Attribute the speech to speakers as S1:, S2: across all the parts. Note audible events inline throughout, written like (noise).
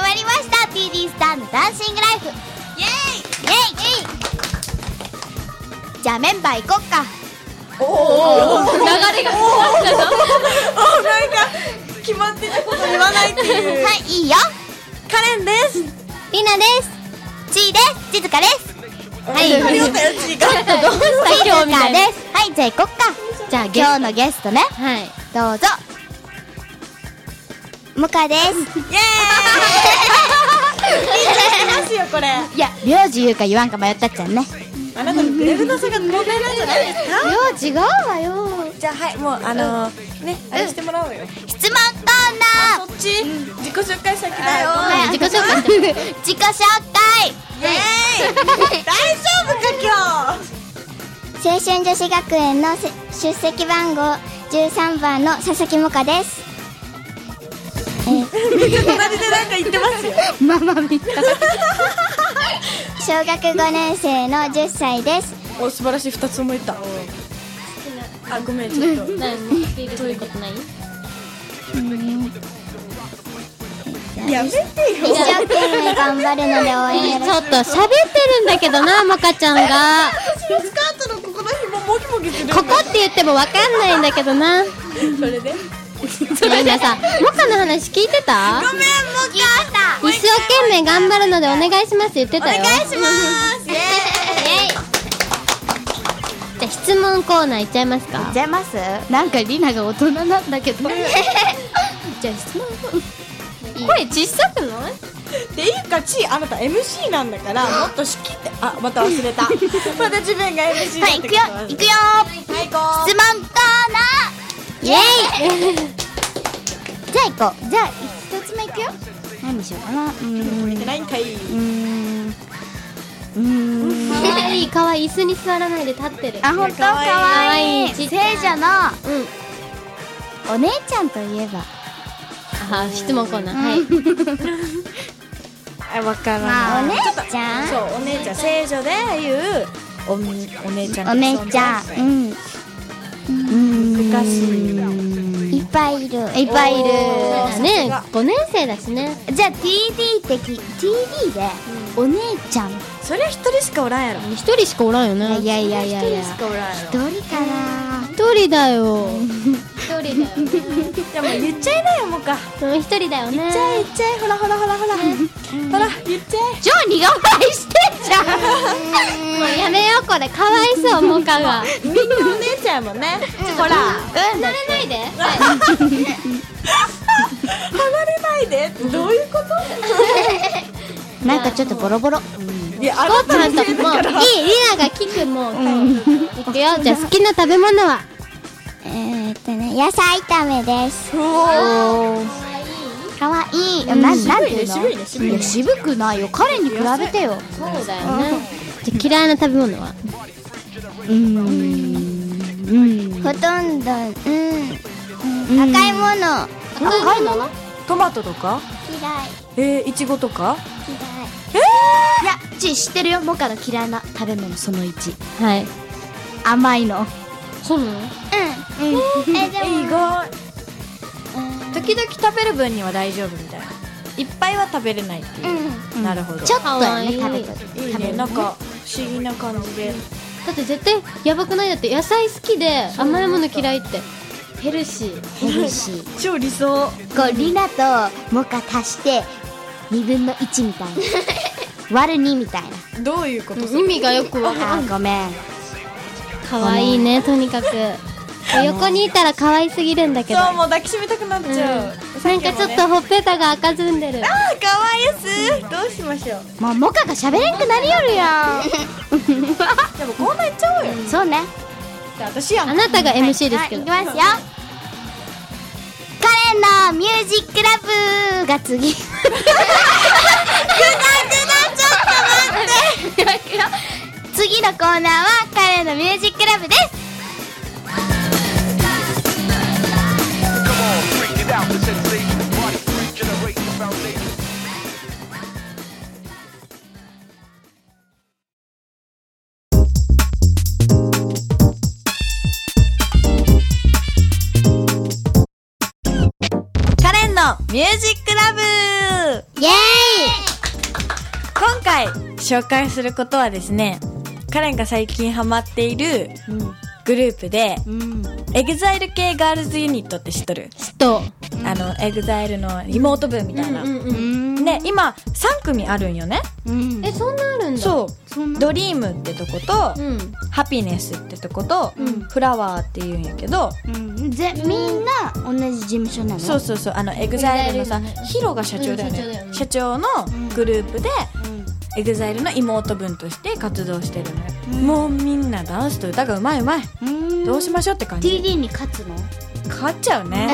S1: ー TV スターのダンシングライフイエイイエイじゃあメンバー行こっか
S2: 流れが
S3: おなんか決まってたこと言わないって
S1: は
S3: いう
S1: いいいよ
S3: カレンです
S1: りなですちーです静香ですはい
S3: ありがとうよちいか
S2: どうした今日みたいな
S1: ですはいじゃあ行こっか
S2: じゃあゲ
S1: 今
S2: ス
S1: 日のゲストね
S2: トはい
S1: どうぞむかです
S3: イエーイ緊張してますよこれ
S1: (laughs) いや名字言うか言わんか迷ったっちゃんね
S3: あなたのグレルの差が問題なんじゃないで
S1: い
S3: すか
S1: や違うわよ
S3: じゃあはいもうあのーねあれしてもらおうよ
S1: 質問コーナー
S3: そっち自己紹介先だよ
S2: はい自己紹介
S1: 介自己紹介
S3: イエーイ大丈夫か
S4: 青春女子学園のせ出席番号13番の佐々木萌香です
S3: 今日隣でなんか言ってますよ
S1: ママみたい
S4: 小学5年生の10歳です
S3: お素晴らしい二つもいったあごめんちょっと
S2: 何どういうことない
S3: やめてよ
S4: 一生懸命頑張るので応援よろ
S2: ちょっと喋ってるんだけどなもかちゃんが
S3: 私のスカートのここの紐もぎもぎするんだ
S2: ここって言ってもわかんないんだけどな
S3: それで
S2: それでさモカの話聞いてた
S3: ごめんも
S1: 聞いた
S2: 一生懸命頑張るのでお願いします言ってたよお願いします
S1: イエーイ
S2: じゃあ質問コーナーいっちゃいますか
S1: じゃいますなんかりなが大人なんだけ
S2: (laughs)
S1: ど
S2: じゃあ質問コーナー声小さくない
S3: っていうかちあなた MC なんだからもっと仕切ってあまた
S1: (laughs)
S3: 忘れたまた自分が MC
S1: はい
S3: だっ
S1: 行く
S3: て
S1: よ
S3: こと
S1: 行くよ
S3: 最
S1: 質問
S3: 高
S1: コーナーイエーイ (laughs) じゃあ行こうじゃあ一つ目行くよ何にしようかなうーんう
S3: 見てないんかい
S1: ーんうーん
S2: かわいいかわいい椅子に座らないで立ってる
S1: あ本当
S3: か
S1: か
S3: わい
S1: わいい
S3: い
S2: かわいいち
S1: 聖
S2: っちゃい
S1: 女の
S2: うん
S1: お姉ちゃんといえば
S2: あ質問コーナーはい
S3: あわから
S1: まあお姉ちゃん
S3: そうお姉ちゃん聖女でいうおみお姉ちゃん
S1: お姉ちゃんうんうん
S3: 難しい
S4: しくいっぱいいる
S1: いっぱいいる
S3: おー
S2: ね
S3: さす
S2: 5年生だしね
S1: じゃあ TD 的 TD でお姉ちゃん
S3: そりゃ一人しかおらんやろ
S2: 1人しかおらんよね
S1: いやいやいやいや
S3: 一人しかおらんやろ
S1: どれかな
S2: 1人だよ1人だよね
S3: でも言っちゃいなよもうか
S2: 1人だよね
S3: じゃあ言っちゃえほらほらほらほらほら言っちゃ
S1: ジョー苦笑いしてんじゃん
S2: もうやめようこれかわいそうモカが
S3: えみんなお姉ちゃんもねほら
S2: 離れないで
S3: 離れないでってどういうこ
S1: (laughs) なんかちょっとボロボロ
S3: といやあ
S2: ちゃ
S3: なた
S2: んと
S3: のせいだ
S2: もう
S3: から
S2: いいリナが聞くもういくよじゃあ好きな食べ物は
S4: えーっとね野菜炒めです
S1: かわいいななんていうの
S3: 渋いね渋いね渋いね
S1: や渋くないよ彼に比べてよ
S2: そうだよねじゃあ嫌いな食べ物は
S4: ほとんどうん、うん、赤いもの嫌い
S1: 赤いもの
S3: トマトとかえー、いちごとか
S1: いやちー知ってるよモカの嫌いな食べ物その1
S2: はい
S1: 甘いの
S2: そうなの
S4: 嫌いうん、えで
S3: え意
S4: も
S3: 外時々食べる分には大丈夫みたいないっぱいは食べれないっていう、なるほど
S1: ちょっと
S2: かわ
S1: ね
S2: いい
S1: 食べとる
S3: いいねなんか不思議な感じで
S2: だって絶対やばくないだって野菜好きで甘いもの嫌いってヘルシー
S1: ヘルシー
S3: 超理想
S1: こうリナとモカ足して2分の1みたい (laughs) な割る2みたいな
S3: どういうこと
S2: 意味がよくわか
S1: あーごめん
S2: 可愛いねとにかく横にいたら可愛すぎるんだけど
S3: そうもう抱きしめたくなっちゃう、
S2: なんかちょっとほっぺたが赤ずんでる
S3: ああかわいいっすどうしましょう
S1: もうモカが喋れんくなりよるや
S3: でもこうなっちゃうよ、
S1: んそうね
S3: 私やん
S2: あなたが MC ですけど
S1: はい、いきますよカレンのミュージックラブが次くなくなっちゃった待って次のコーナーはカレンのミュージックラブです
S5: Come on, bring it out, the sensation. Party, generate the foundation.
S3: カレンのミュージックラブ
S1: イエーイ
S3: 回紹介することはですねカレンが最近ハマっているグループで、
S1: うん。
S3: エグザイル系ガールズユニットって知っとる、
S2: ちょっと
S3: あのエグザイルの妹分みたいな、
S2: うんうん
S1: うん。
S3: ね今3組あるんよね
S1: うん。
S2: えそんなあるんだ
S3: そう
S1: そんな
S3: ドリームってとこと、
S2: うん
S3: ハピネスってとこと、
S1: うん
S3: フラワーっていうんやけど、
S1: うん。ぜ、みんな同じ事務所なの
S3: そうそうそうあのエグザイルのさ
S2: EXILE
S3: ヒロが社長だよね,、
S2: うん社
S3: 社長
S2: 長だよね
S3: のグループで、
S1: うん。
S3: エグザイルの妹分として活動してるのよ、もうみんなダンスと歌がうまいうまい、
S1: うん。
S3: どうしましょうって感じ
S1: TD に勝つの
S3: 勝っちゃう
S2: (laughs)
S3: ね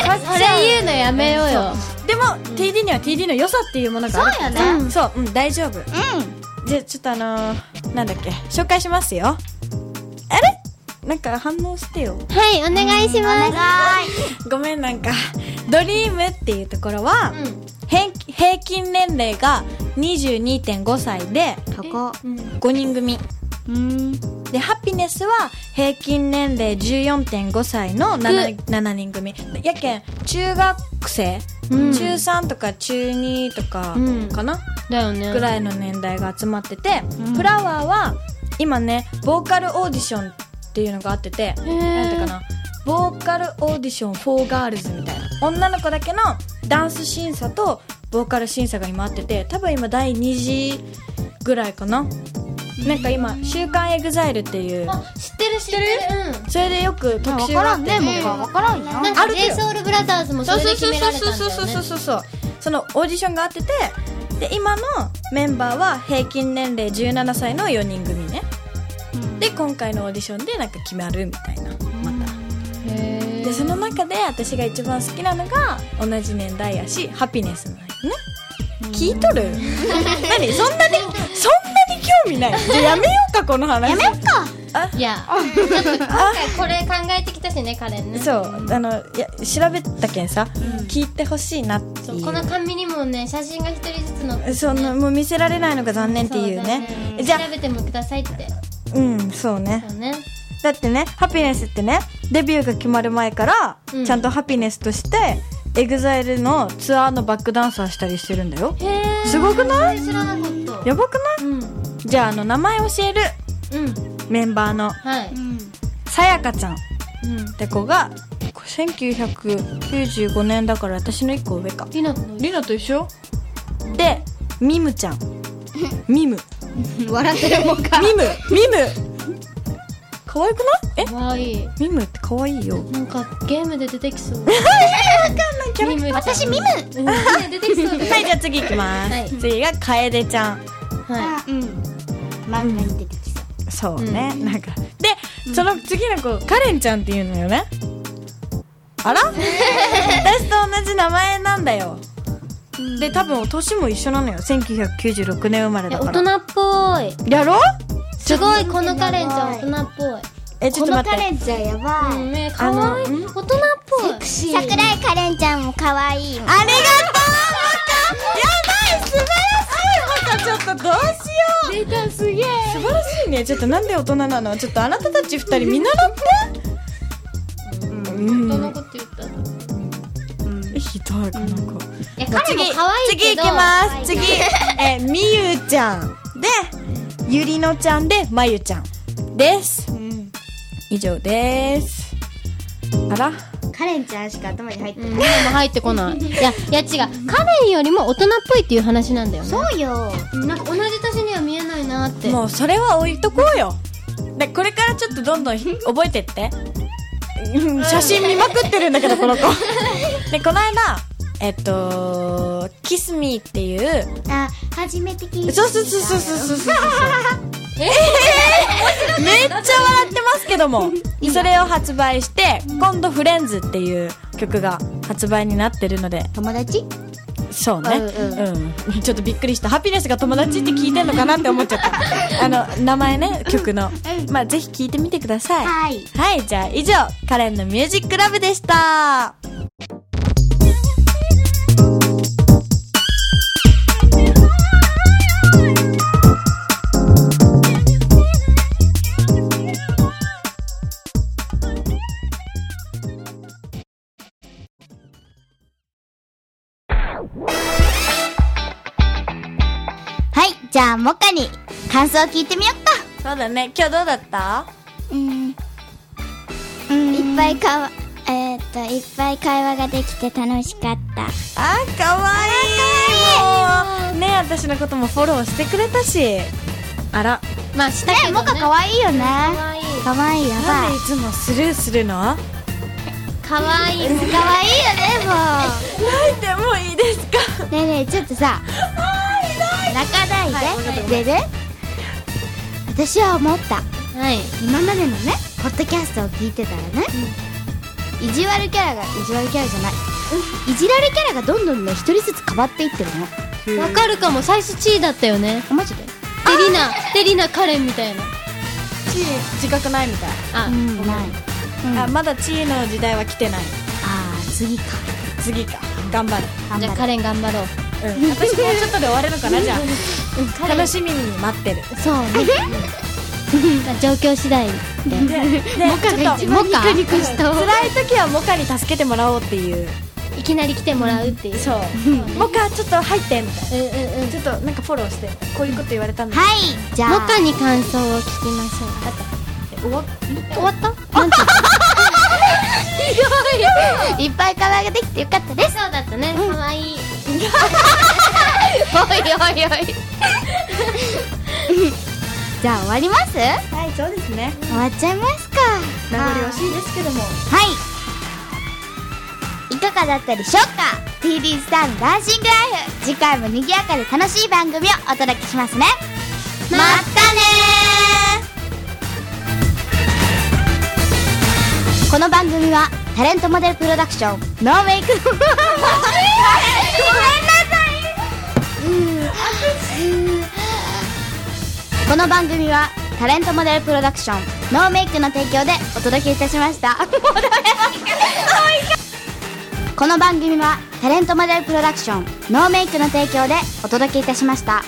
S3: 勝っち
S2: それ
S3: ゃう
S2: 言うのやめようよ
S3: でも、TD には TD の良さっていうものがあるそう
S1: そうよね
S3: んそう、うん、大丈夫じゃあちょっとあのーなんだっけ紹介しますよあれなんか反応してよ
S2: はいお願いします
S3: (laughs) ごめんなんかドリームっていうところは、平平均年齢が22.5歳で
S1: 高
S3: 5人組
S1: うん。
S3: でハピネスは平均年齢14.5歳の 7, 7人組やけん中学生、
S2: うん
S3: 中3とか中2とか
S2: うん
S3: かな、
S2: だよね
S3: ぐらいの年代が集まってて、
S1: うん
S3: フラワーは今ねボーカルオーディションっていうのがあってて、
S2: ー
S3: なんていうかなボーカルオーディションフォーガールズみたいな女の子だけのダンス審査とボーカル審査が今あってて多分今第2次ぐらいかな、なんか今「週刊エグザイルっていう
S2: あ知ってる知ってるうん
S3: それでよく特
S1: わか
S3: 集があ
S1: ら
S3: っ
S1: ん
S3: て
S1: ね、もうか。わからんやん。
S2: なん
S3: あ
S2: か
S3: るけ
S2: j
S3: ど
S2: s o u l b r o t h e r もそ
S3: そう
S2: れで
S3: そう
S2: 決
S3: そう
S2: められたんだ
S3: そう
S2: よね
S3: そうそうそうそうそうそのオーディションがあっててで今のメンバーは平均年齢17歳の4人組ねで今回のオーディションでなんか決まるみたいなまたでその中で私が一番好きなのが同じ年代やしハピネスなんよね聞いとる何そんなにそんなに興味 (laughs) ないじゃあやめようかこの話やめようか
S2: いやちょっと今回これ考えてきたしねカレンね
S3: そうあのいや調べたけんさ、聞いてほしいなっていう
S2: そうこの紙にもね写真が一人ずつ載って
S3: そんなもう見せられないのが残念っていうね
S2: そだ
S3: じゃあ
S2: 調べてもくださいって
S3: うんそうね
S2: そうね
S3: だってねハピネスってねデビューが決まる前から、
S2: うん
S3: ちゃんとハピネスとしてエグザイルのツアーのバックダンサーしたりしてるんだよ
S2: へえ
S3: すごくない
S2: 知らなかった
S3: やばくない
S2: うん
S3: じゃああの名前教える
S2: うん
S3: メンバーの
S2: はい
S3: さやかちゃんっ
S2: うん
S3: て子がこ1995年だから私の一個上か
S2: りなの
S3: りなと一緒でミムちゃんミム
S1: 笑ってるもんか。
S3: ミムミム可愛くないえ
S2: かわいい
S3: ミムって可愛いよ
S2: なんかゲームで出てきそう
S3: キャラ
S2: ミムちゃん
S1: 私、ミム
S2: うんね出てきそうだ
S3: はい、
S2: よ
S3: じゃあ次行きます。
S2: はい
S3: 次が楓ちゃん。
S2: は
S1: うん。漫画に出てきそう。
S3: そうね、なんか。で、その次の子、カレンちゃんっていうのよね。あら私と同じ名前なんだよ。で、多分、年も一緒なのよ。1996年生まれ
S2: いいや
S3: だから。
S2: 大人っぽい
S3: やろ
S2: すごいこのカレンちゃん大人っぽい
S3: え、ちょっ
S1: ことの
S3: 待っ
S1: カ
S3: て。
S1: レンちゃんやば
S2: う
S1: い。
S2: んねかわいい
S3: あ
S2: 大人っぽいセクシ
S4: 桜井カレンちゃんも可愛いもん
S3: ありがとうやばい素晴らしいちょっとどうしよう
S2: 出たすげえ
S3: 素晴らしいねちょっとなんで大人なのちょっとあなたたち二人見習ってうん
S2: 人のこと言った
S3: ひどいこの子
S2: いや彼も可愛いけど
S3: 次行きます次えみゆちゃんでゆりのちゃんでまゆちゃんです
S1: うん。
S3: 以上ですあら
S1: カレンちゃんしか頭に入って
S2: うん、今も入って
S3: (laughs)
S2: こない。いや、いや違う。カレンよりも大人っぽいっていう話なんだよね。
S1: そうよ。
S2: なんか同じ年には見えないなって。
S3: もうそれは置いとこうよ (laughs) でこれからちょっとどんどんひ覚えてってうん写真見まくってるんだけどこの子 (laughs) でこの間えっと「キスミーっていう
S1: あ、初めて聞いた。
S3: そうそうそうそうそうそう (laughs) そう。ええめっちゃ笑ってますけども。それを発売して、今度フレンズっていう曲が発売になってるので、
S1: 友達
S3: そうね。
S1: う
S3: うん。 (laughs) ちょっとびっくりした。ハピネスが友達って聞いてんのかなって思っちゃ (laughs) った。あの、名前ね、曲の。まあ、ぜひ聞いてみてください。
S1: はい。
S3: はい、じゃあ以上、カレンのミュージックラブでした。
S1: はい、じゃあ、もっかに感想を聞いてみよっか。
S3: そうだね今日どうだった
S4: うん、いっぱいかわえーっといっぱい会話ができて楽しかった
S3: あーかわいいもうね私のこともフォローしてくれたしあら
S2: まあしたけどね
S1: もっかかわいいよね。
S2: 可愛い
S1: かわいい、やば
S3: なんでいつもスルーするの
S2: かわいい
S1: い。かわいいよね、もう。
S3: 泣いてもいいですか (laughs)
S1: ねえねえちょっとさ泣かないで、でね私は思った
S2: はい
S1: 今までのねポッドキャストを聞いてたらね、意地悪キャラが意地悪キャラじゃない、いじられキャラがどんどんね一人ずつ変わっていってるの
S2: わかるかも最初チーだったよね
S1: あマジで
S2: でリナでリナカレンみたいな
S3: チー自覚ないみたい、
S2: あ、
S1: うんないうん
S3: あまだチーの時代は来てない
S1: あー次か
S3: 次か頑張る
S1: 頑
S2: じゃあ
S1: 張
S2: カ
S1: れ
S2: レン頑張ろう
S3: うん私もうちょっとで終われるかなじゃあ楽しみに待ってる
S2: そうねまあ状況次第
S3: で
S2: で
S3: で
S2: モカ
S3: ちょ
S2: が
S3: っと
S2: 一番ニコニコした
S3: 辛い時はモカに助けてもらおうっていう
S2: いきなり来てもらうっていう
S3: そうモカちょっと入ってみたい
S2: うんうんうん
S3: なちょっとなんかフォローしてこういうこと言われたんだ
S1: はいじゃあ
S2: モカに感想を聞きまし
S3: け
S2: ょう
S3: ど終わっ
S2: 終わった (laughs)
S1: いっぱいカラーができてよかったです
S2: そうだったねかわいいおいおいおい
S1: じゃあ終わります
S3: はいそうですね
S1: 終わっちゃいますか
S3: 名残惜しいですけども
S1: はい。いかがだったでしょうか ?TD スターのダンシングライフ。次回も賑やかで楽しい番組をお届けしますね。またねーこの番組はタレントモデルプロダクションノーメイク (laughs) ごめんなさいこの番組はタレントモデルプロダクションノーメイクの提供でお届けいたしましたこの番組はタレントモデルプロダクションノーメイクの提供でお届けいたしました。